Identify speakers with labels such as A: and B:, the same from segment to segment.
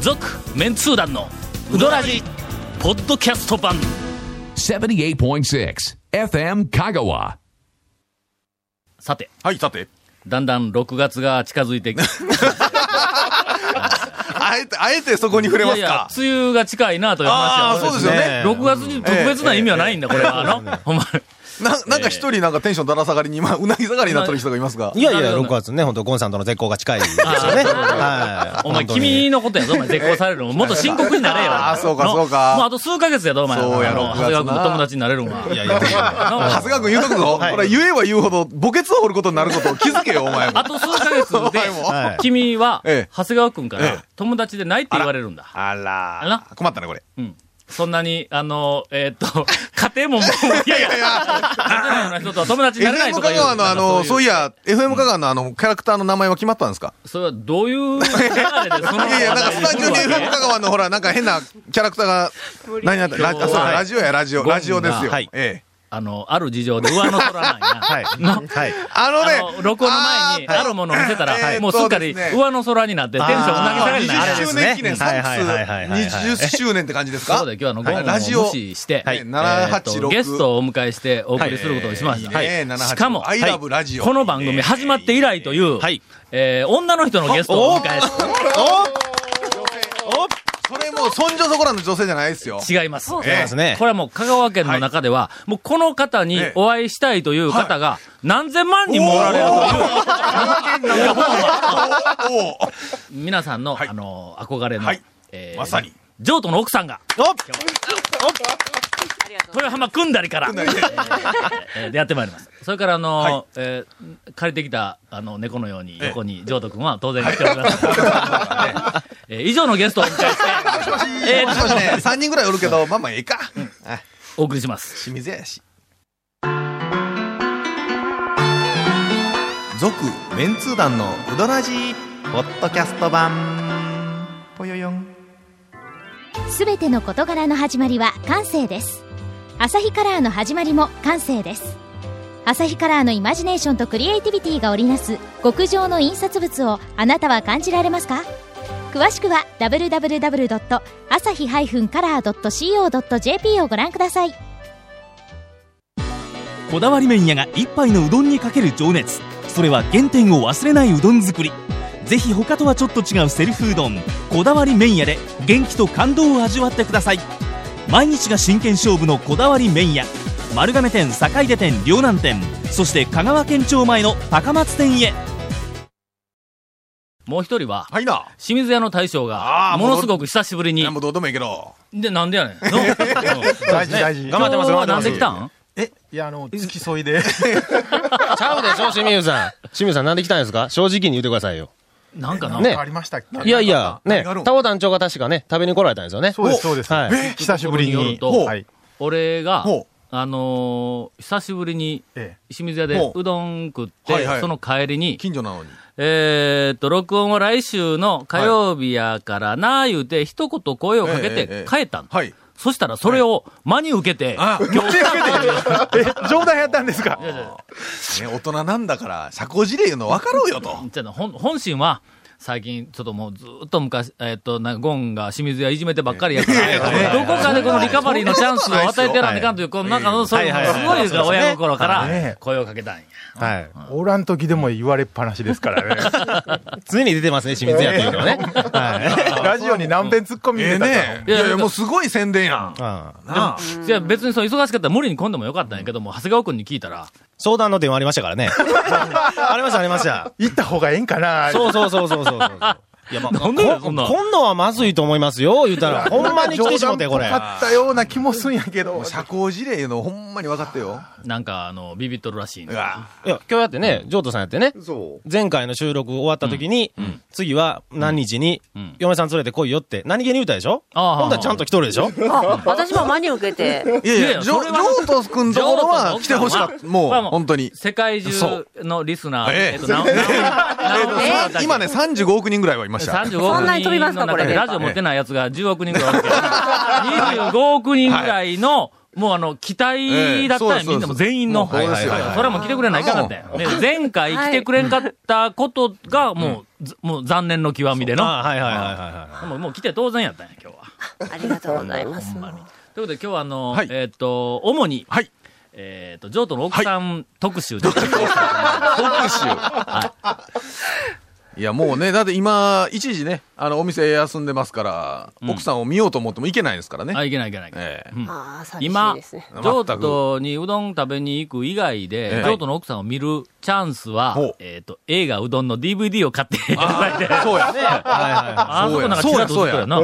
A: 続メンツー団のウドラジポッドキャスト版
B: 78.6 FM Kagawa.
A: さて
C: はい、さて。
A: だんだん6月が近づいてきて
C: あえて、あえてそこに触れ
A: い
C: ま
A: やい
C: す
A: や
C: か。
A: 梅雨が近いなという話
C: あ
A: は
C: あ、そうですよね。
A: 6月に特別な意味はないんだ、これは。あの、ほんまに。
C: ななんか一人なんかテンションだら下がりに、今、うなぎ下がりになってる人がいますが。
D: いやいや、6月ね、本当ゴンさんとの絶好が近いですよね。はい。
A: お前、
D: 本当に
A: 君のことやぞ、お前、絶交されるの。もっと深刻になれよ。
C: あーそうか
A: の
C: そうか
A: もうあと数ヶ月やぞ、お前。
C: そうやろ
A: あの長谷川君
C: 6月な
A: と友達になれるんは。
D: いやいやいやい や。
A: の
C: 長谷川君言うとくぞ。こ
D: はい
C: れ言えば言うほど、墓穴を掘ることになることを気づけよ、お前も
A: あ。と数ヶ月で
C: 前も
D: はい、
A: 君は
C: ええ、
A: 長谷川君か
C: ええ
A: ら、友達でないって言われるんだ。
C: あ
A: あ
C: ら
A: ら
C: ー。困ったね、これ。
A: うん。そんなに、あの、えーっと、 家庭ももう、いやいやいや、家庭のような人とは友達になれない
C: FM
A: と
C: 香
A: かいう。
C: 川の
A: な
C: あ
A: ん
C: の、
A: か
C: そういや、FM 香川のあの、キャラクターの名前は決まったんですか
A: それはどういう流れで、そ
C: い
A: の。
C: やいや、なんかスタジオに FM 香川のほら、なんか変なキャラクターが、何やったラジあそうだラジオや、ラジオ。ラジオですよ
D: はい。
C: ええ。
A: あの、ある事情で上の空なんや。
D: はい。はい。
C: あの
A: あ
C: ね
A: の、録音の前に、
C: ー
A: あるものを見せたら、
C: はい
A: もうすっかり
C: えーっとですね
A: 上の空になって、テンションうなぎ下がりにな
D: あ
A: る。
D: ー
C: 20周年記念、サ
D: は
C: ッ
D: いはいはいはいはいはい
C: クス20周年って感じです
A: というこ
C: か
A: とで今日はあの、ゴンを
C: ラジオ
A: 無視して、
C: はい
A: えーっと
C: 786
A: ゲストをお迎えしてお送りすることにしました。
C: はいね
A: しかも、
C: 786 I love ラジオ
A: この番組始まって以来という、
D: はい
A: えー女の人のゲストをお迎えし
C: それもう、そんじょそこらの女性じゃないですよ。
A: て、違います。
D: そうですね
A: こ。れはもう香川県の中では、もうこの方にお会いしたいという方が何千万人もおられるという、
C: おお
A: 皆さんの、
C: はい
A: あの、憧れの、
C: はい
A: え
C: まさに。
A: 譲渡の奥さんが、
D: お
A: 豊浜組んだりから、
C: だりで
A: えーでやってまいります。それから、あのー
C: はい
A: えー借りてきた、あの、猫のように横に、譲渡君は当然来ております。えー以上のゲストをお迎えして、え
C: もしもしね、3人ぐらいおるけど、まあまあええか。
A: ーお送りします。
C: 清水やし。続、メンツー団のうどらじポッドキャスト版。ぽよよん。
E: すべての事柄の始まりは感性ですアサヒカラーの始まりも感性ですアサヒカラーのイマジネーションとクリエイティビティが織りなす極上の印刷物をあなたは感じられますか詳しくは www.asahi-color.co.jp をご覧ください
F: こだわり麺屋が一杯のうどんにかける情熱それは原点を忘れないうどん作りぜひ他とはちょっと違うセルフうどんこだわり麺屋で元気と感動を味わってください毎日が真剣勝負のこだわり麺屋丸亀店坂出店両南店そして香川県庁前の高松店へ
A: もう一人は、
C: はいな。
A: 清水屋の大将が、
C: あー
A: ものすごく久しぶり
C: い
A: に
C: や、もうどうでもいいけど。
A: で、なんでやね ん。の
C: 大事大事
A: 頑張ってます、頑張ってます。なんで来たん
D: ちゃうでしょ、清水さん。清水さん、なんで来たんですか正直に言ってくださいよ。
A: なんかな。
D: ね。
G: りましたっけ
D: いやいや、ね
C: 何があるん。
D: タオ団長が確かね、食べに来られたんですよね。
G: そうです、そうです。
D: はい
G: え久しぶり
A: ところよる
G: に。
A: と
G: はい。
A: 俺が
C: ほう、
A: あのー久しぶりに
G: え
A: 清水屋で
C: ほう
A: うどん食って、
C: はいはい
A: その帰りに、
C: 近所なのに。
A: えーっと、録音は来週の火曜日やからな、言うて、一言声をかけ
C: ええええ
A: て帰ったの。
C: はい。
A: そしたら、それを真に受けて、
C: あ
A: 今日
G: え。 え、冗談やったんですか
C: ね、大人なんだから、社交辞令言うの分かろうよと。
A: じゃあ本本心は、最近、ちょっともうずっと昔、えーっと、なんかゴンが清水屋いじめてばっかりやから、どこかでこのリカバリーのチャンスを与えてやらんかんという、この中の、そういう、
D: はいはい
A: すごい親心か
G: はいは
A: ら
G: い
A: 声をかけたんや。
D: はい。
G: おらん時でも言われっぱなしですからね。
D: 常に出てますね、清水屋っていうのはね。はい。
G: ラジオに何遍突っ込み
C: ええ
G: 入れた
C: ね。
A: い
C: い
A: や
C: やいや、もうすごい宣伝やん。
D: ああ
C: なあ。
A: じゃあ別にそう忙しかったら無理に来んでもよかったんやけども、長谷川君に聞いたら、
D: 相談の電話ありましたからね。ありました、ありました。
G: 行った方がええんかな
D: そうそうそうそうそうそう。いや、まあ、
A: な
D: こ
A: ん
D: ん
A: でそんな
D: 今度はまずいと思いますよ、言うたら。ほんまに来てしもうて、これ。
G: かったような気もすんやけど。
C: 社交辞令言うのほんまに分かってよ。
A: なんか、あの、ビビっとるらしいん
C: う
A: で
C: わ
D: いや、今日やってね、ジョートさんやってね、
C: そ
D: 前回の収録終わった時に、次は何日に
A: ん、
D: 嫁さん連れて来いよって、何気に言うたでしょ
A: ああ
D: ほんだらちゃんと来とるでしょ
H: あ私も真に受けて、
C: う。いやい
A: いやい
C: や、
A: や
C: ジョ
A: それは
C: ートス君ところは来てほしかった。もう、本当に。
A: 世界中のリスナー、
C: そう
A: えっと、ななな
C: え今ね、35億人ぐらいはいました。
A: 35
H: そんなに飛び
A: 億
H: ま
A: 人
H: す
A: の
H: かこ
A: 中
H: れ
A: でラジオ持ってないやつが10億人ぐらいおるけど、25億人ぐらいのもうあの、期待だったん
C: ええ
A: や、みんなも全員の。
C: そうですよ
A: はいはいはいそれはもう来てくれないかんかったよね前回来てくれんかったことが、もう、ずもう残念の極みでの。
D: あはいはいはいはいはい。
A: でももう来て当然やったんや、今日は。
H: ありがとうございます。
A: ということで今日はあの、
C: はい
A: えーっ、と、主に、
C: はい
A: えーっ、と、譲渡の奥さん特集 で、特集
C: いや、もうね、だって今、一時ね、あの、お店休んでますから、
A: うん
C: 奥さんを見ようと思っても行けないですからね。
A: あ、いけないいけない。
C: ええ
A: うん
H: ああ、寂しい
A: 今
H: ですね。、
A: 譲渡にうどん食べに行く以外で
C: ええ、
A: 譲渡の奥さんを見るチャンスは
C: ほう、
A: えーっ、と、映画うどんの DVD を買っていただいて、
C: そうやね。
A: あそこなんかちらっと映ってたよな。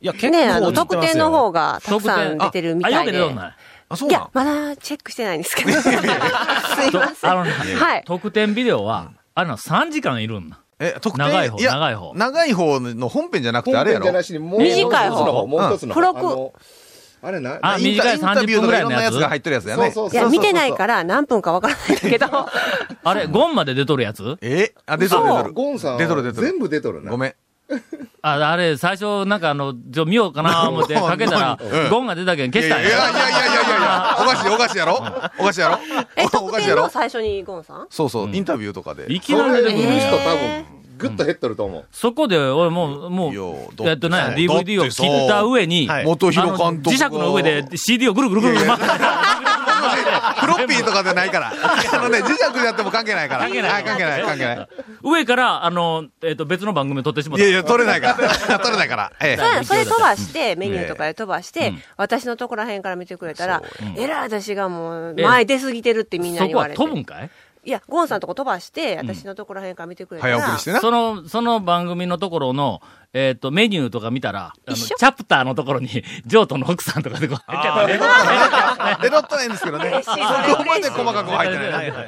D: いや、結構
H: ねあの、
D: 似て
H: 特
D: ますよ
H: 典の方がたく
A: 特典
H: さん出てるみ
A: あ、
H: た
A: よ
H: い
A: け
H: で。
A: てどんない
C: あ、そう
H: い
C: なん
H: や、まだチェックしてないんですけど。すいませ
A: あの
H: ん。
A: ね、
H: はい。
A: 特典ビデオは、あれな、3時間いるんだ。
C: え、特典
A: 長い方
C: や
A: 長い方
C: 長い方の本編じゃなくてあれやろ
I: 本編じゃなしにもう
H: 短い方
I: 一つの方、もう一つの
H: 付
I: 方。
H: 録
I: あのあれな、
A: あ
C: インタ
A: 短い
C: インタビューとかいろん
A: 30分ぐらいの
C: なやつ
A: やつ
C: が入ってるやつやね。
I: そうそう
H: いや、見てないから何分かわからないんだけど、
A: あれ、ゴンまで出とるやつ
C: えあ、出とる出とる。
I: ゴンさんは
C: 出とる出とる
I: 全部出とるな。
C: ごめん。
A: ああれ、最初、なんかあの、ちょ、見ようかな思ってかけた ら
C: うん、
A: ゴンが出たけん消
C: い
A: し
C: や
A: た
C: い
A: ん
C: やいやいやいやいやいや、おかしいおかしいやろおかしいやろ
H: え、
C: お
H: 特
C: かしい
H: 典
C: やろ
H: の最初にゴンさん
C: そうそう、インタビューとかで。
A: いき
I: そ
A: なり
I: れ
A: 出て
I: で
A: くる
I: 見る
A: ね。
I: 人多分、ぐっと減っとると思う。
A: そこで、俺もう、も
C: いやだっ
A: う、
C: て
A: やっとね、DVD
C: だっ
A: を
C: てさ
A: 切った上に、
D: はい
C: 元
A: あの
C: 広監督が
A: 磁石の上で CD をぐるぐるぐるぐる回って、
C: フロッピーとかじゃないから。あのね、磁石でやっても関係ないから。
A: 関係ない
C: はい関係ない、関係ない。
A: 上から、あの、えっと、別の番組を撮ってしまっ
C: い
A: た
C: やい。や、取れないから。 取れないから。ええ。
H: それそれ飛ばして、メニューとかで飛ばして、私のところらへんから見てくれたら、えらい私がもう、前出過ぎてるってみんな
A: そ
H: に言
A: こ
H: わ
A: は
H: れて。
A: 飛ぶんかい
H: いや、ゴンさんとこ飛ばして、私のところらへんから見てくれたら。
C: 早送りしてな。
A: その、その番組のところの、えっと、メニューとか見たら、あの、チ
H: 一緒
A: ャプターのところに、 譲渡の奥さんとかでこう入っちゃって
C: 出とってないん ですけどね。
H: 嬉
C: そ
H: しい
C: こまで細かくは入って
A: は
C: ないい。
A: はいはい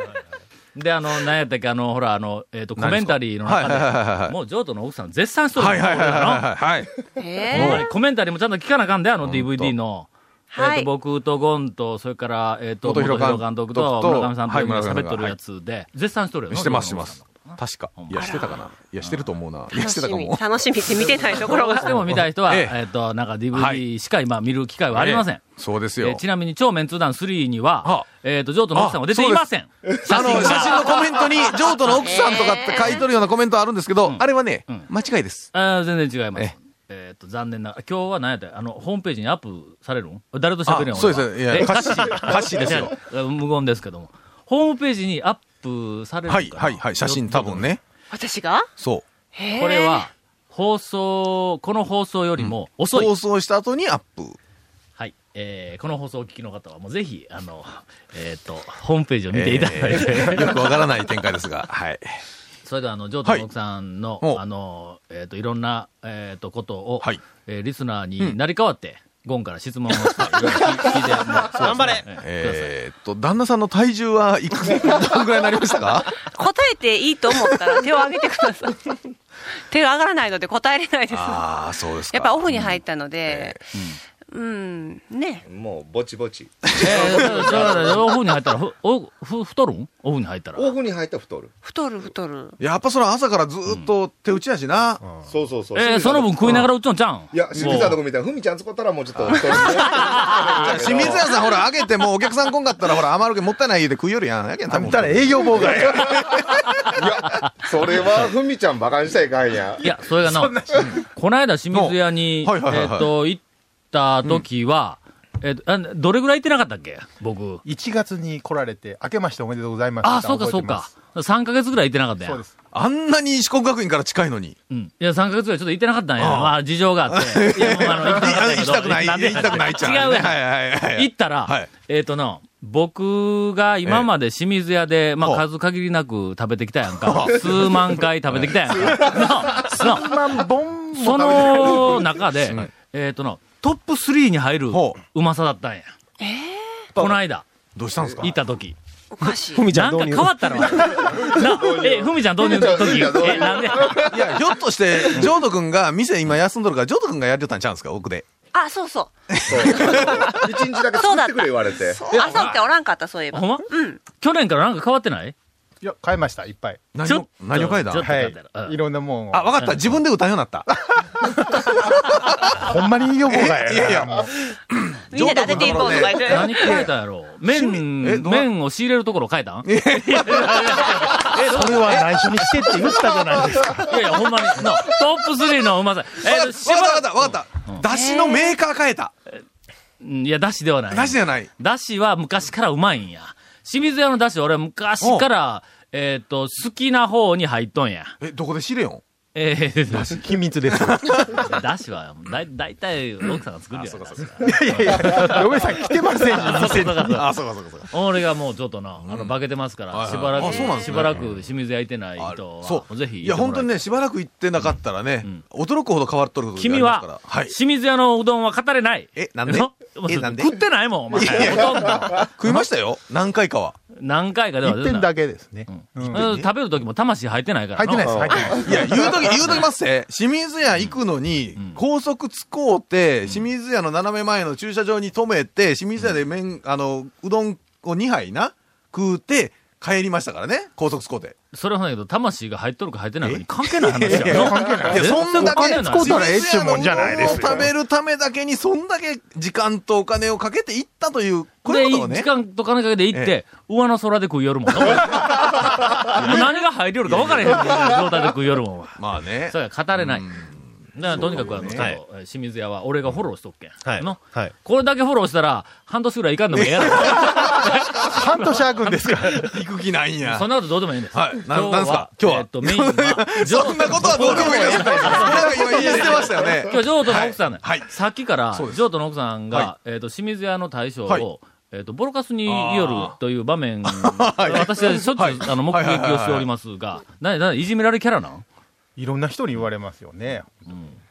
A: で、あの、何やったっけ、あの、ほら、あの、えっ、と、コメンタリーの中で、
C: はいはいはいはい
A: もう譲渡の奥さん絶賛しとる
C: はいはいはい
A: 俺らの
C: はいはい。
A: ほ
H: え
A: ん
H: ー
A: まにコメンタリーもちゃんと聞かなあかんで、あの DVD の。え
H: はい
A: っと、僕とゴンと、それから、えっと、
C: 元
A: 元
C: 弘
A: 弘監督
C: 監
A: と
C: 督と
A: 村上さんと
C: はい
A: 今
C: 村上さんが
A: 喋っとるやつで、絶賛しとるよな
C: してますしてます
A: 譲渡の奥さんの。
C: 確か。いや、してたかな。いや、してると思うな。いや、してた
H: 楽し
C: か
H: み、
C: も。
H: 楽しみって見てないところ
A: どうし
H: が。
A: ても見たい人は、
C: ええ
A: えっと、なんか
C: は
A: DVD
C: い
A: しか今見る機会はありません。
C: そうです
A: え
C: よ
A: ー。ちなみに、超メンツー団3には
C: はあ、
A: えっと、譲渡の奥さんは出ていません。写
C: あの、
A: 真
C: 写
A: が。
C: 真のコメントに、譲渡の奥さんとかって書いとるようなコメントあるんですけど、あれはね
A: うん、
C: 間違いです。
A: あー全然違います。え
C: え
A: っ、と、残念な。今日は何やったらあの、ホームページにアップされるん誰と喋るん
C: あそうですいや
A: え
C: カッシー
A: カッ
C: カッシーですよ
A: いや無言ですけども。ホームページにアップされるんか
C: はい、はい、はい。写真多分。ね。
H: 私が
C: そう。
H: へー
A: これは、放送、この放送よりも遅い。
C: 放送した後にアップ。
A: はい。えーこの放送をお聞きの方は、もうぜひ、あの、えっ、と、ホームページを見ていただいて、
C: えーよくわからない展開ですが、 はい。
A: それでは、あの、ジョータの奥さんの、
C: はいお
A: あの、えっ、と、いろんな、えっ、と、ことを、
C: はい
A: えーリスナーになり変わって、ゴンから質問をして、いろいろ聞いて、頑
D: 頑張れ
C: えーっと、旦那さんの体重はいくどのぐらいになりました か
H: 答えていいと思ったら手を挙げてくだ さい。手が上がらないので答えれないです。や
C: ああ、そうですか。
H: っぱオフに入ったので、うん、ね。
I: もう、ぼちぼち。
A: えー、だからだから、オフに入ったら、ふ、お、ふ、太るんオフに入ったら。
I: オフに入ったら太る。
H: 太る太る。
C: やっぱその朝からずーっと手打ちやしな。
I: そうそうそう。
A: えー、その分食いながら打っちゃうんちゃうん
I: いや、清水さんと
A: も
I: こみたいな、ふみちゃん使ったらもうちょっと太る。
C: 清水屋さんほら、あげてもうお客さん来んかったらほら、余るけんもったいない家で食いよるやん。やけん
G: 食べたら営業妨害。
I: いや、それはふみちゃん 馬鹿にしたらいかんや
A: う。いや、それがな、うんこの間清水屋 に、
C: はいはいはいはい
A: えっ、と、行った時は、えっ、とあ、どれぐらい行ってなかったっけ僕。
G: 1月に来られて、明けましておめでとうございます。
A: あ、そうかそう
G: 覚えてま
A: か
G: す。
A: 3ヶ月ぐらい行ってなかったやん。
G: そうです。
C: あんなに四国学院から近いのに。
A: うん。いや、3ヶ月ぐらいちょっと行ってなかったんや。
C: ああ
A: まあ、事情があって。 いや、もうあの、行きたかったんやけ
C: 行き
A: ど
C: たくない、
A: な
C: 行
A: んで
C: きたくないちゃん。
A: 違うやん。
C: はいはいはいはい
A: 行ったら、
C: はい
A: えっ、とな、僕が今まで清水屋で、まあ
C: ほう
A: 数限りなく食べてきたやんか。数万回食べてきたやんか。なな
G: まあ、ボン
A: その中で、えっ、とな、トップ3に入る
C: ほ
A: うまさだったんや。この間、
C: どうしたんですか
A: 行った時。
H: おかしい
D: ふ。みち
A: な
D: ゃ
A: んんか
D: 導
A: 変
D: 入。
A: わったのな、え、ふみちゃんどう入の時
I: ふみちゃん導、入
A: え、なんで
C: いや、ひょっとして、ジョード君が店今休んどるから、ジョード君がやりとったんちゃうんですか、奥で。
H: あ、そうそ
I: そう。一日だけ作ってくれ言われて。
H: う。朝っておらんかった、そういえば。
A: ほんま
H: うん。
A: 去年からなんか変わってない
G: いや、買いました、いっぱい。
A: ち
C: 何
A: ょっ
C: を
A: と、
C: 何を書いた
A: ちょっ
C: ん
A: と
G: は
A: 買ったらうん
G: い。いろんなもんを。
C: あ、わかった。自分で歌うようになった。
G: ほんまに営業妨害やな。
C: いやいや
G: もう。
H: みんなで当てていこうとか言って。
A: 何変えたんやろ
C: え
A: 麺、
C: どな
A: 麺を仕入れるところ変えたんい
J: それは内緒にしてって言ったじゃないですか。
A: やいや、ほんまに。なトップ3のうまさ。え
C: わ
A: ー、
C: かったわかったわかった。だしのメーカー変えた。
A: うんいや、だしではない。
C: だしじゃない。
A: だしは昔からうまいんや。清水屋のだし、俺昔から、えっ、と、好きな方に入っとんや。
C: え、どこで知れよん
A: えー、 だし。
J: 秘密です。
A: だしは、だい、だいたい奥さんが作るやん。
G: いやいや、 嫁さん来てません よ。
A: あそうかそうか
C: あ、そうかそうかそうか。
A: 俺がもうちょっとな、あの、化けてますから、
C: い
A: しばら
C: あ
A: く、
C: そうなんです
A: し
C: ね
A: ばらく清水焼いてない
C: あ
A: 人
C: そ
A: は、
C: う。
A: ぜひ。
C: いや、本当にね、しばらく行ってなかったらね、驚くほど変わっとることがあり
A: 君
C: ますから
A: は、
C: はい。
A: 清水屋のうどんは語れない。
C: えなんで
A: の
C: えなんで
A: 食ってないもん、お前。
C: いやいや
A: ほとんど。
C: 食いましたよ。何回かは。
A: 何回かでは
G: 一点だけですね。
A: う
G: うん
A: ん
G: 入
A: 食べる時も魂入ってないから。
G: ってないです、入って ないです。
C: いや、言うとき、言うときますって。清水屋行くのに、高速突っこうて、清水屋の斜め前の駐車場に止めて、清水屋で麺、あの、うどんを2杯な、食うて、帰りましたからね、高速突っこうて。
A: それはないけど、魂が入っとるか入ってないかに関係ない話やろ。
G: 関係ない
C: いや、そんだけ、
A: 全然お金ない
C: 清水屋の
G: ええっちゅうもんじゃないですよ
C: うどんを食べるためだけに、そんだけ時間とお金をかけて行ったという、こういうことを
A: で、
C: ね
A: 時。間と金かけて行って、上の空で食いよるもん。もう何が入りよるか分からへんみたいな状態で食いよるもん。お前
C: まあね
A: そ。れは語れない。
C: うん
A: だからとにかくあの、ちょっとえー清水屋は俺がフォローしとっけん。
D: はい
A: の
D: はい
A: これだけフォローしたら、半年ぐらいいかんでもええやろ。
G: 半年空くんですから。
C: 行く気ないんや
A: そ。んなことどうでもいいんです。
C: はいななんすか今日は
A: えっと、メインは、
C: そんなことはどうでもいいです。なんか今言い捨てましたよね。
A: 今日、譲渡の奥さんね、
C: はいはい
A: さっきから
C: そうで、す
A: 譲渡の奥さんが、
C: は
A: えっ、と、清水屋の大将を、
C: はい
A: えっ、と、ボロカスによるという場 面、私はしょっちゅう、あの、目撃をしておりますが、なになにいじめられキャラなん
G: いろんな人に言われますよね。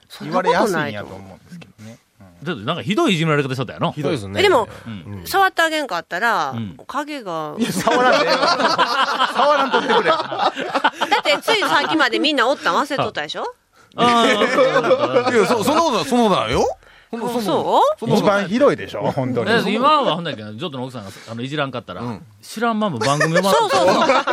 H: そ
G: 言
H: んな
G: わ
H: こ
G: れ
H: と
G: やす
H: ない
G: ん
H: い
G: や
H: と
G: と
H: 思う
G: 思うんですけどね。
A: ちょっとなんかひどいいじめられ方しとったやろ
D: ひどいですね。
H: えでも
A: うん
H: 触ってあげんかったら、
A: ん
H: 影が。
G: 触らんでええわ。 触らんとって くれ。
H: だってついさっきまでみんなおったん忘れとったでしょ
A: あー
C: いや、そ、そんなことない、そんなことないよ。
H: そうそう
G: 一番ひどいでしょ、本当に。
A: だって今はほんだけど、ジョットの奥さんがあのいじらんかったら、知らんまんま番組を回
H: そうそうそう。いや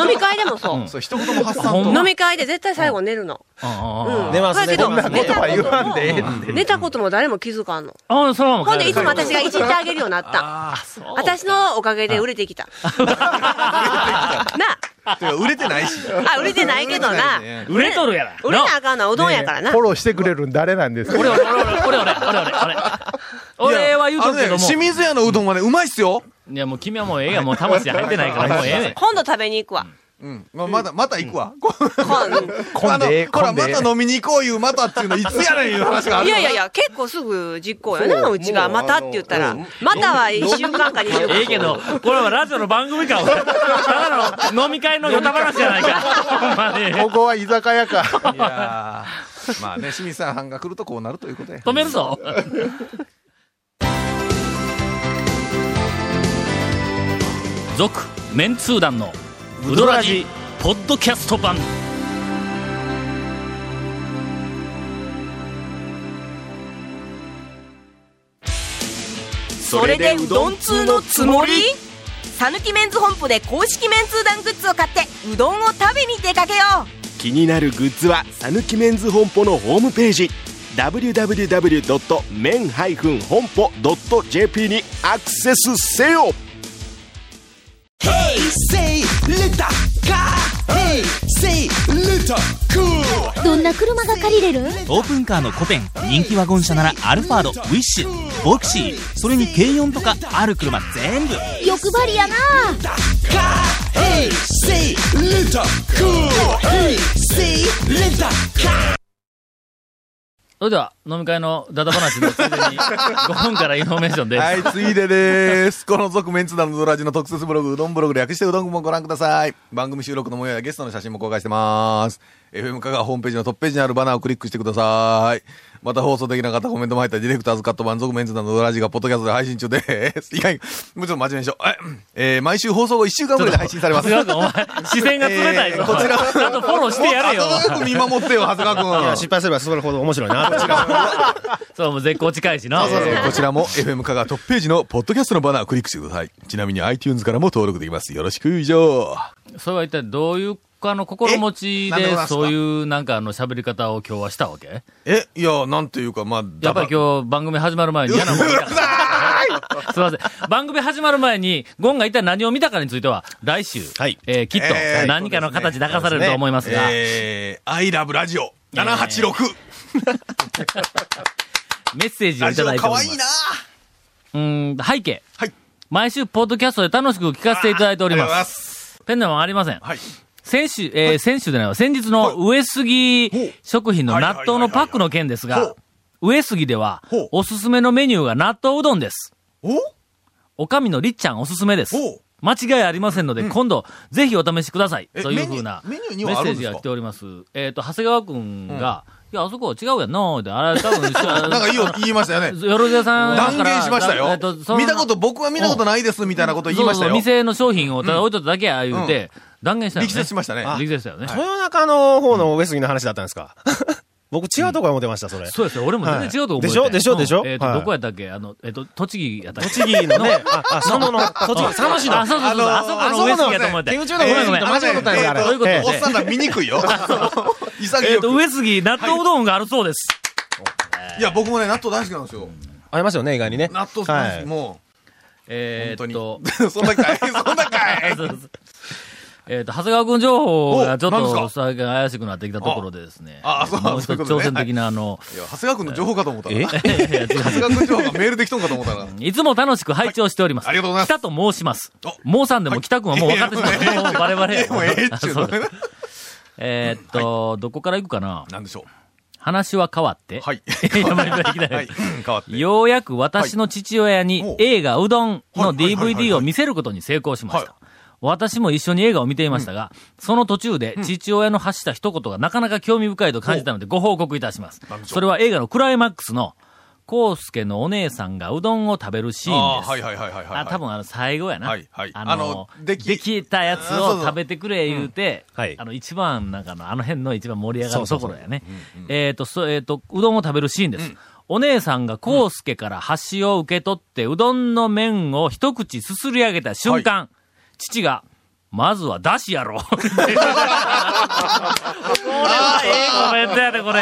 H: 飲み会でもそう。
C: そう、一言も発散
A: ほんま
H: 飲み会で絶対最後寝るの。
A: あ
H: うん
D: 寝ますね
H: だけど
D: こんな
H: 寝た
G: とは言わんでええって
H: 寝たことも誰も気づかんの。
A: あ、あそのまま
H: ほんでいつも
A: 帰る
H: 私がいじってあげるようになった。
A: あー、そう。
H: 私のおかげで売れてきた。な
C: てか売れてないし。
H: あ、売れてないけどな
C: 売れてない。
A: 売れとるやら。
H: 売れなあかんのはうどんやからな
G: フォ。ローしてくれるん誰なんですか
A: 俺、俺、俺、俺、俺、俺、俺、俺、俺は言うと
C: あ
A: く
C: の
A: け
C: ね
A: ども。
C: 清水屋のうどんはね、うまいっすよ。
A: いや、もう君はもうええやん、もう魂入ってない から、もうええねん。
H: 今度食べに行くわ。
C: うん。まあ、まだ、また行くわ。
H: 今
G: 混んでええ
C: あのほら、
G: 混んでえ
C: ま
G: え
C: た飲みに行こういう、またっていうの、いつやねんいう話がある
H: い
C: か
H: や
C: ら。
H: いやいや、結構すぐ実行やな、うちが。またって言ったら。または1週間か2週間。
A: ええけど、これはラジオの番組か、おいただの飲み会のヨタ話じゃないか。ほんまに。
G: ここは居酒屋か。
C: いやーまあね、清水さんが来るとこうなるということで。
A: 止めるぞ。続、メンツー団の、ウドラジ、ポッドキャスト版。
K: それでうどん通のつもりさぬきメンズ本舗で公式メンツー団グッズを買ってうどんを食べに出かけよ
L: 気になるグッズはさぬきメンズ本舗のホームページ www.men-honpo.jp にアクセスせよ
E: どんな車が借りれる
F: オープンカーのコペン人気ワゴン車ならアルファードウィッシュボクシーそれに軽4とかある車全部
E: 欲張りやな
A: それでは、飲み会のダダ話のついでに、5分からインフォメーションです。
C: はい、ついでです。 この続メンツ団のドラジの特設ブログ、うどんブログ略してうどんもご覧ください。番組収録の模様やゲストの写真も公開してます。FM 香川ホームページのトップページにあるバナーをクリックしてください。また放送できなかったコメントも入ったディレクターズカット版続メンツ団のドラジがポッドキャストで配信中です。いかに、もうちょっと真面目にしよう。えー毎週放送後1週間ぐらいで配信されます。
A: 長谷川君、お前、視線が冷たいぞ。
C: えーこちら
A: ちゃんとフォローしてやれよ。
C: 温かく見守ってよ、長谷
D: い
C: 川
D: や
C: 君
D: 失。敗すればそれほど面白いな。こちら。
A: そう、もう絶好近いしな。
C: えーこちらも FM 香川トップページのポッドキャストのバナーをクリックしてください。ちなみに iTunes からも登録できます。よろしく、以上。
A: それは一体どういう、あの、心持ち
C: えなんでござ
A: で
C: いま、すか
A: そういう、なんか、あの、喋り方を今日はしたわけ
C: え、いや、なんていうか、まあ、
A: やっぱり今日、番組始まる前に嫌なもん
C: うるさ
A: すいません。番組始まる前に、ゴンが一体何を見たかについては、来週、えーきっと
C: えー
A: 何かの形で明かされると思いますが、
C: えー、アイラブラジオ786。
A: メッセージをいただいております。
C: ラジオ
A: うーん、背景。毎週、ポッドキャストで楽しく聞かせていただいております。ペンネもありません。先週、えー先週でないわ。先日の上杉食品の納豆のパックの件ですが、上杉では、おすすめのメニューが納豆うどんです。おおかみのりっちゃんおすすめです。間違いありませんので、今度、ぜひお試しください。
C: え
A: というふうな
C: メ
A: メ
C: ニューメニューには
A: ッセ
C: ある
A: ー
C: んですか
A: ジが来ております。えっ、と、長谷川くんが、いや、あそこは違うやんなーって、あれ多分、
C: なんかいいよ言いましたよね
A: よろずやさんから
C: 断言しましたよ
A: えっとその
C: 見たこと、僕は見たことないですみたいなこと言いましたよ。
A: そうそう店の商品をただ置いとっただけや、言う
C: う
A: て、断言したよね。
C: 力説しましたね
A: あ力説したよね。
D: 豊中の方の上杉の話だったんですか僕違うところ思ってました、それ。
A: そうですよ。俺も全然違うと思う。
D: はいでしょでしょでしょ
A: えっと、
D: はい
A: どこやったっけあの、えっと、栃木やったっけ
D: 栃木の ねああそこの
A: あ
D: 栃木
A: あ
D: 佐野市の
A: あ、そうそうそう。あそこの上杉やと思って。
D: あそこのね手打ちうどん
A: ごめんごめん。
D: 間違えとったんやあ
A: え
D: れ
A: とどういうこと
D: ええおっさんら見にくい よ
A: 潔く。えっと、上杉、納豆うどんがあるそうです。
C: いや、僕もね、納豆大好きなんですよ。
D: ありますよね、意外にね。
C: 納豆
D: は
C: 大好
D: い
C: き、も
A: えーっと、
C: う。 そんなかいそんなかい
A: えっと、長谷川君情報がちょっ
C: お何です
A: と、
C: か
A: 最近怪しくなってきたところでですね。
C: ああそう
A: もう
C: そうい
A: 一
C: う
A: つ
C: こ
A: 挑
C: とね
A: 戦的な、あの、
C: いや、長谷川君の情報かと思ったな。長
A: いやい や違う
C: 谷川君の情報がメールできとんかと思ったな。
A: いつも楽しく拝聴しております。ありがとうございます。北と申します。もうさんでも北くんはもう分かってしまった。もうバレバレや。
C: もうええ っちゅうのね
A: あそうですえーっと、どこから行くかな
C: なんでしょう。
A: 話は変わって。はい。やめていきなり
C: はい変わって。
A: ようやく私の父親に映画うどんの DVD を見せることに成功しました。私も一緒に映画を見ていましたが、その途中で父親の発した一言がなかなか興味深いと感じたのでご報告いたします。それは映画のクライマックスの、コウスケのお姉さんがうどんを食べるシーン
C: あ
A: です。
C: ーはいはいはいはいはいはい。
A: あ、多分あの、最後やな。
C: はいはい
A: あの、
C: あの
A: でき、たやつ
C: あそう
A: を
C: そう
A: 食べてくれ言うて、
D: うんはい
A: あの、一番、なんかの、あの辺の一番盛り上がる
D: そ
A: とこ
D: うそうそう
A: ろやね。えっ、と、そうえっ、と、うどんを食べるシーンです。お姉さんがコウスケから箸を受け取って、うどんの麺を一口すすり上げた瞬間、父が、まずは出汁やろ。 これはええコメントやで、これ。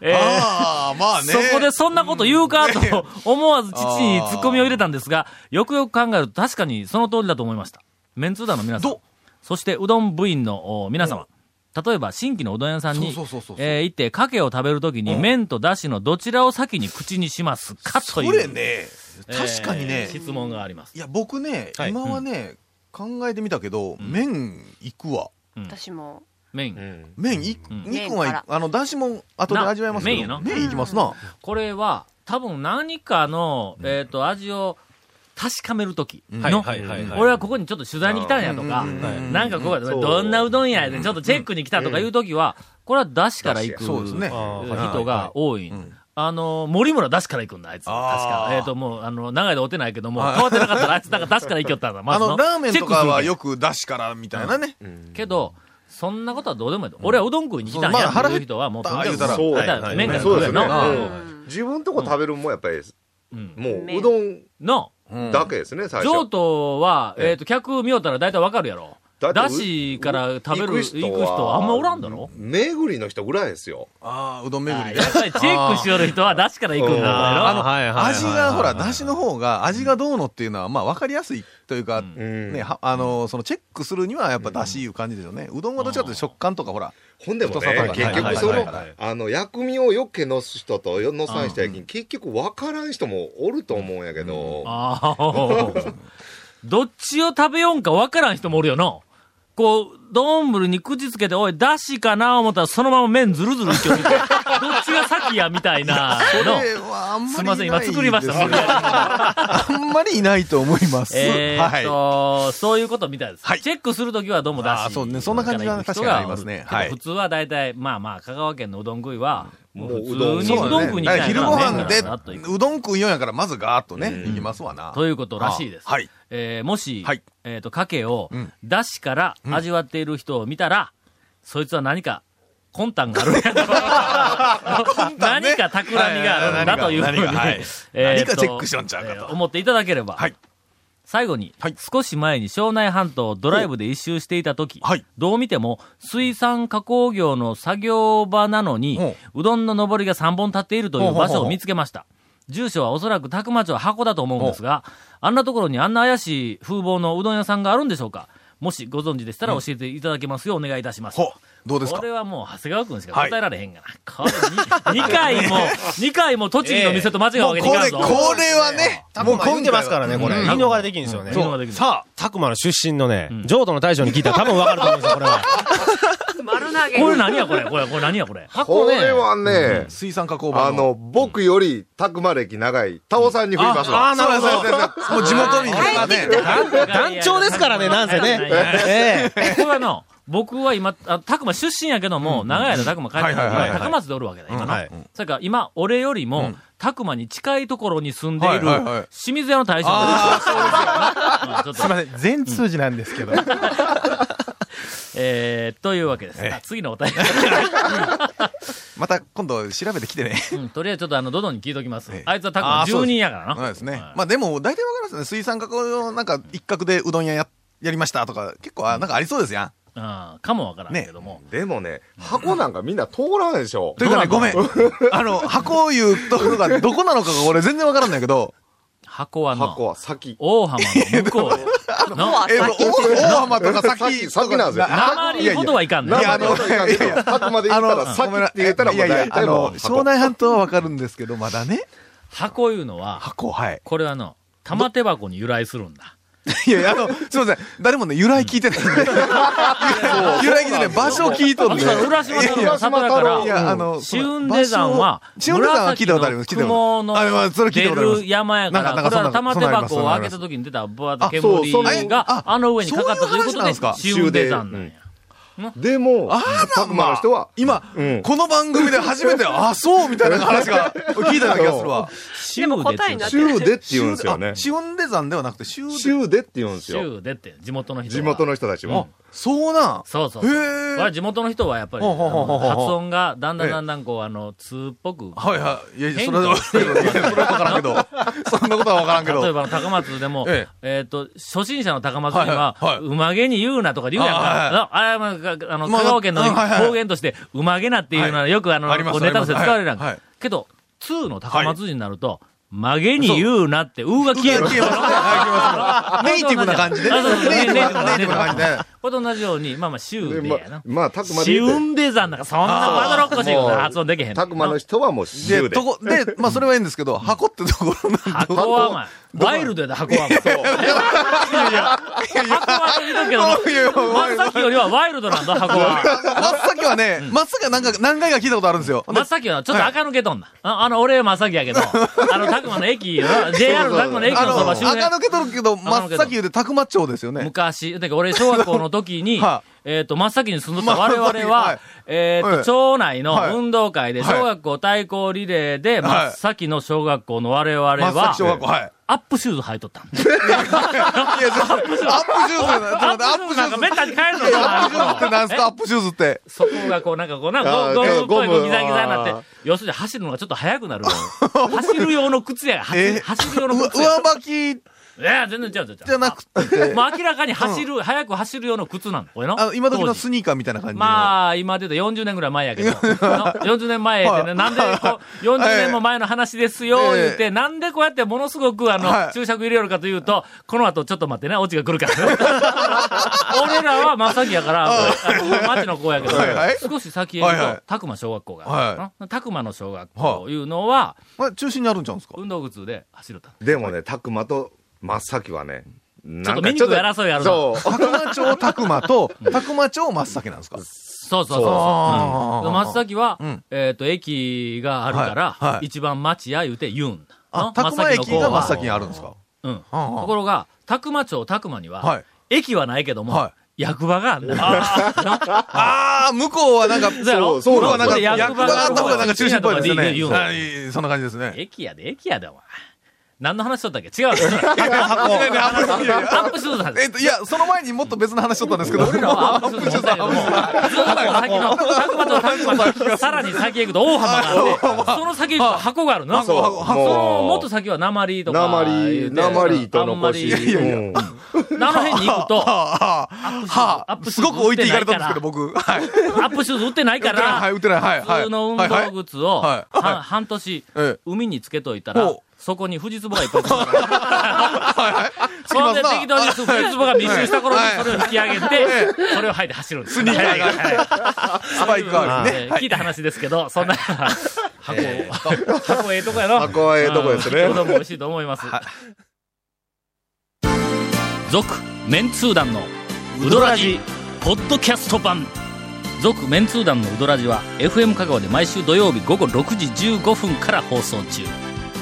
A: えー
C: あーまあね
A: そこでそんなこと言うかと思わず父にツッコミを入れたんですが、よくよく考えると確かにその通りだと思いました。メンツーダの皆さん。そしてうどん部員のお皆様。例えば、新規のうどん屋さんに、
C: そうそうそうそう
A: えー行って、かけを食べるときに、麺とだしのどちらを先に口にしますかという。
C: これね、確かに
A: え
C: ね
A: ー質問があります。
C: いや、僕ね、
A: はい
C: 今はね、考えてみたけど、麺いくわ。
H: 私も。
A: 麺。
C: 麺いく、
A: ん
C: 肉
H: 麺か
C: はい
H: ら
C: く、あの、だしも後で味わえますけど
A: な麺やな
C: 麺いきますな。
A: これは、多分何かの、えっ、と、味を確かめるとき
D: はい
A: の、
D: はいはいはい
A: 俺はここにちょっと取材に来たんやとか、なんかここで、
D: そう
A: どんなうどんやでちょっとチェックに来たとかいうときは、これは出汁から行く
C: そうですね
A: 人が多い。あの、森村出汁から行くんだ、あいつ。確か。えっ、と、もう、あの、長いで追ってないけども、
C: はい
A: 変わってなかったら、あいつなんか出汁から行きよったんだ。ま
C: あ
A: ず
C: の、ラーメンとかはよ
A: く。
C: くだしからみたいなね。
A: けど、そんなことはどうでもいいと。俺はうどん食いに来たん
C: ま
A: や
C: あ
A: って
C: 腹
A: い
C: 減
A: う人は、もうとにかく、
I: そう
A: あんた麺から
I: そ
A: 食
I: うで
A: え
I: す
A: の
I: ね。
A: うん
I: うん自分とこ食べるもんやっぱり、もう
A: 麺
I: うどん
A: の、
I: だけですね、最
A: 譲
I: 初。
A: 渡は、
I: ええ
A: えっ、と、客見よったら大体わかるやろ。
I: だって
A: だしから食べる、行く人あんまおらんだろ
I: 巡りの人ぐらいですよ。
C: ああ、うどん巡りね。
A: やっぱりチェックしよる人はだしから行くんだろ
C: あの、味が、ほら、
A: だ
C: だしの方が、味がどうのっていうのは、まあ、わかりやすいというか、ね、はあの、その、チェックするには、やっぱ、だしいう感じですよね。うどんはどっちかというと食感とか、ほら。
I: ほんでも
C: 太さとか
I: ね、結局そ
C: はい
I: の
C: はいはい、
I: あの、薬味をよっけのす人とよのさんしたやきに、結局わからん人もおると思うんやけど、
A: あーどっちを食べよんかわからん人もおるよな。こう、丼に口つけて、おい、だしかな思ったら、そのまま麺ずるずるいきよるどっちが先や、みたいなの。
C: それはあん
A: す
C: ま
A: い
C: りいな
A: ま
C: い
A: せん、今作りました、無理やり
C: あんまりいないと思います。
A: えーっと
C: は
A: そういうことみたいです。チェックするときはどうもだし。
C: あーそうねそんな感じは確かにありますね
A: 人がおる
C: はい
A: けど普通は大体、まあまあ、香川県のうどん食いは、もう普
C: い。
A: 通にうどん食いに行か
C: だから
A: ない
C: 昼ご飯で
A: 麺からなという、
C: うどん食いよんやから、まずガーッとね、いきますわな。
A: ということらしいです。
C: あはい。
A: えーもし、えっ、と、かけを、だしから味わっている人を見たら、そいつは何か、魂胆がある んやと 何か企みがあるんだというふうに、
C: はいはいはい
A: えーと
C: 何かチェックしとんちゃうかと
A: えー思っていただければ。最後に、少し前に庄内半島をドライブで一周していた時、どう見ても水産加工業の作業場なのに、うどんの上りが3本立っているという場所を見つけました。住所はおそらく宅間町箱だと思うんですが、あんなところにあんな怪しい風貌のうどん屋さんがあるんでしょうかもしご存知でしたら教えていただけますようお願いいたします。
C: どうですか
A: これはもう長谷川君しか答えられへんがな。これ 2, 回 も、二回も栃木の店と間違うわけにいかんぞ。
C: もうこれこれはね、
D: もう混んでますからね、これ。
A: うん
D: 見逃ができんですよね。
A: うん見逃できん
D: さあ、たくまの出身のね、浄土の大将に聞いたら多分わかると思うんですよ、これ は。
H: 丸投げ。
A: これ何やこれこれこれ何や これ
I: これはね、
C: 水産加工
I: あの、僕より、たくま歴長い、タオさんに振りますわ。
D: ああなるほど
I: そうそうそうそうもう地元民だからね。
D: 団長ですからね、なんせね。ええ
A: これはの、僕は今、あたくま出身やけども、長い間たくま帰ってないか
C: はいはいはい
A: ら、
C: はい
A: 高松でおるわけだ、今
C: うん
A: な。
C: はい
A: それから今、俺よりも、たくまに近いところに住んでいる、
G: はいはいはい
A: 清水屋の大将
G: あ
A: うんちょっと
G: すみません、全通じなんですけど。
A: えー、というわけです。
C: ええ
A: 次のお便り。
C: また今度調べてきてね。
A: うんとりあえずちょっとあの、ドドに聞いときます。
C: ええ
A: あいつはたくま
C: あーそう
A: 住
C: です
A: 人や から
C: そう
A: な。
C: ですね。まあでも、大体わかりますよね。水産加工のなんか、一角でうどん屋や、やりましたとか、結構、あなんかありそうですや
A: あかもわからんけども。
I: でもね、箱なんかみんな通らないでしょ。
C: というかね、ごめん。 あの、箱いうところがどこなのかが俺全然わからんないけど。
A: 箱はの、
I: 箱は先。
A: 大浜の向 こう。な
I: え、
C: 大浜 とか先
I: 先、先なんですよ。
A: 鉛ほどはいかんね。
I: いや、あの、あくまで言ったら、先って言ったら
C: い
I: も
C: や
I: う
C: いや
I: 大、
C: あ
I: 体の
C: の、
I: 箱
C: 庄内半島はわかるんですけど、まだね。
A: 箱いうのは、
C: 箱、はい。
A: これはの、玉手箱に由来するんだ。
C: いやいや、あの、すみません。誰もね、 由来聞いてないんで。由来聞いてない。場所聞いとんで。
A: あの人浦島太郎の里だか
C: いや、あの
A: ら、、シウンデ山は、
C: 紫雲出山は聞いたことあります。聞い
A: 紫
C: た
A: の
C: こと
A: 雲
C: ありますあまあそれ
A: の
C: 聞いた
A: 出
C: ことあります
A: る山やか
C: な
A: ら、
C: んか
A: これは
C: なんかそん
A: 玉
C: な
A: 手箱を開けた
C: そん
A: 時に出たぶわ
C: あそうそんな
A: 煙が、あの上にかかったということ
C: そうい
A: で
C: う話なんですか、
A: シウンデ山なんや。
I: でも、たくまの人は、
C: 今、この番組で初めて、あ、そうみたいな話が聞いたような気がするわ。
A: シウンデって言うんだ
I: シューデって言うんですよね。
C: シウンデ山ではなくて、シウ
I: シ
C: ンデ。
I: ューデって言うんです
A: シ
I: よ。
A: ウンデって、地元の人は。
I: 地元の人たち
A: うん
I: は。
C: そうなん。
A: そうそう。
C: へ
A: こ
C: ー
A: れは地元の人はやっぱり、あ
C: ほうほうほうほ
A: の
C: うほう
A: 発音がだんだんだんだんこう、あの、通っぽく。
C: はいはい。いやいや、
A: 変
C: そ
A: 化
C: れは、
A: していくわけ
C: それはわからんけど。そんなことはわからんけ
A: 例え
C: ど。
A: ば高松でも、え
C: え
A: っ、と、初心者の高松には、
C: はいはいはいう
A: まげに言うなとかで言うやん
C: あはいは
A: か。ああれは、まああの、
C: まあ
A: 香川県の
C: うんはいはい
A: 方言として、うまげなっていうのはよくあの、
C: ありま
A: こ
C: す
A: うネタとして使われるやんか。
C: はいはい
A: けど、2の高松人になると、曲げに言うなって、うが
C: い
A: 消え
C: や
A: る。
C: 消 えますねはい消えます。ネイティブな感じでね。
A: あそうそう
C: ネイティブな
A: ネ
C: ネ
A: イ
C: イ
A: ティブ
C: ティブ
A: な
C: な感じで。
A: これと同じように、まあまあ、シュ
I: で
A: ウで
I: ま
A: やな。
I: まあ、たくま
A: シ
I: で言う
A: ウ
I: て。
A: ンデザンなんかそんなまどろっこしいこと発音できへんの。
I: たくまの人はもうシュー
C: で、
I: デ
C: と。こ、で、まあそれはいいんですけど、箱ってところなんで
A: 箱はまあ、ワイルドやで、箱はまあ。箱はできるけども、真っ先よりはワイルドなんだ、箱は。
C: 真っ先はね、真っ先はなんか何回か聞いたことあるんですよ。
A: 真っ先は、ちょっと垢抜けとんだ。ああの、俺真っ先 やけど、あの、たくまの駅、JR のたくまの駅
C: あ
A: の
C: の、
A: そば周
C: 赤
A: 辺
C: 抜けとるけど、真っ先言うて、たくま町ですよね。
A: 昔、だけど俺、小学校の時 に
C: は、
A: えっと、 真っ先に住んどった
C: まあ
A: 我々
C: は、
A: はいえっ
C: は
A: と、
C: い
A: 町内
C: は
A: の
C: い
A: 運動会で、
C: はい
A: 小学校対抗リレーで、真っ先の小学校の我々
C: 真っ先小
A: は、
C: 学 校、はい。
A: アップシューズ 履いとったんだ
C: いや、ちょっとアップシューズ
A: アップシューズ
C: な
A: なんん
C: か
A: かベ
C: ベタ
A: タ
C: に
A: に
C: 変
A: 変
C: え
A: え
C: る
A: る
C: の
A: の
C: アップシューズってなんすかアップシューズって。
A: そこがこう、なんかこうな、
I: あー
A: ゴムっぽい
I: ゴ
A: こ
I: ム
A: うギザギザにな
I: あ
A: っ
I: ー
A: て、要するに走るのがちょっと速くなる。 走る用の靴や。走る
C: え
A: 走る用の
C: う
A: 靴や。
C: 上履き
A: いや、全然違う違う違う。
C: じゃな くて、
A: もう明らかに走る、速く走る用の靴なんだ、これの。
C: あの今時の
A: 当
C: ス
A: 時
C: ニーカーみたいな感じの。
A: まあ、今で言うと40年ぐらい前やけど、 の40年前で
C: は
A: ね、
C: い
A: なんでこう、40年も前の話ですよ、
C: ええ
A: 言って、なんでこうやってものすごく、あ
C: は
A: の、
C: い
A: 注釈入れよるかというと、この後ちょっと待ってね、オチが来るから。 俺らは真っ先やから、あの町の子やけど
C: はいはい、
A: 少し先へ行く
C: はいは
A: と
C: い、
A: たくま小学校が
C: は
A: ある。たくまの小学校いうのは、
C: まあ、中心にあるんちゃうんですか
A: 運動靴で走ると。
I: でもね、たくまと真っ先はね、
A: ちょ
I: な
A: っ
I: ん
A: と
I: か
A: 醜い争いあるな
I: そう。
C: たくま町たく まと、たくま町真っ先なんですか
A: そうそうそうそう。
C: あー
A: うん松崎は、
C: うん
A: えっ、と、駅があるから、
C: はいはい
A: 一番町や言うて言うんだ。
C: あ
A: の、
C: たくま駅が真っ
A: 松
C: 先
A: 崎
C: に
A: の
C: あるんですか
A: 子はうん。
C: ああ
A: ところが、たくま町たくまには、
C: はい
A: 駅はないけども、
C: は
A: 役場があるんだ。あ
C: ああ、向こうはなんか、
A: そうやろ
C: 向こうはなん
A: そ
C: か、
A: う
C: 役場があった方がなんか中心っぽいですよ
A: いやいやいや
C: ね。はい、そんな感じですね。
A: 駅やで、駅やで、お前。何の話しとったっけ 違う。ア
C: 箱いやいや
A: ップシューさん。
C: えっと、いや、その前にもっと別の話しとったんですけど、俺らはアップシューさん、アップシューさん
A: ずっと先の、百馬と百馬のさらに先へ行くと大浜があって、その先へ行くと箱があるの。
I: そう
A: そのもっと先は鉛とか。
I: 鉛、鉛糸
A: あ
I: の腰。
A: んまり
I: うん
A: あの辺に行くと、アップシューズ、すご
C: く置いていかれたんですけど、僕。ア
A: ップシューズ売ってないから、
C: 売ってないはい売ってないはいはい
A: 普通の運動靴を、
C: はいはい
A: 半半年、海につけといた
C: ほ
A: ら
C: う、
A: そこに富士壺がいっぱいつくから。そんで適当に富士壺が密集した頃にそれを引き上げて、それを履いて走るんです。スニーカースパイク
I: あるね
A: 聞いた話ですけど、そん な、箱、箱ええとこやろ。
I: 箱はええとこですね
A: うんうどんも美味しいと思います。続メンツー団のウドラジポッドキャスト版続メンツー団のウドラジは FM 香川で毎週土曜日午後6時15分から放送中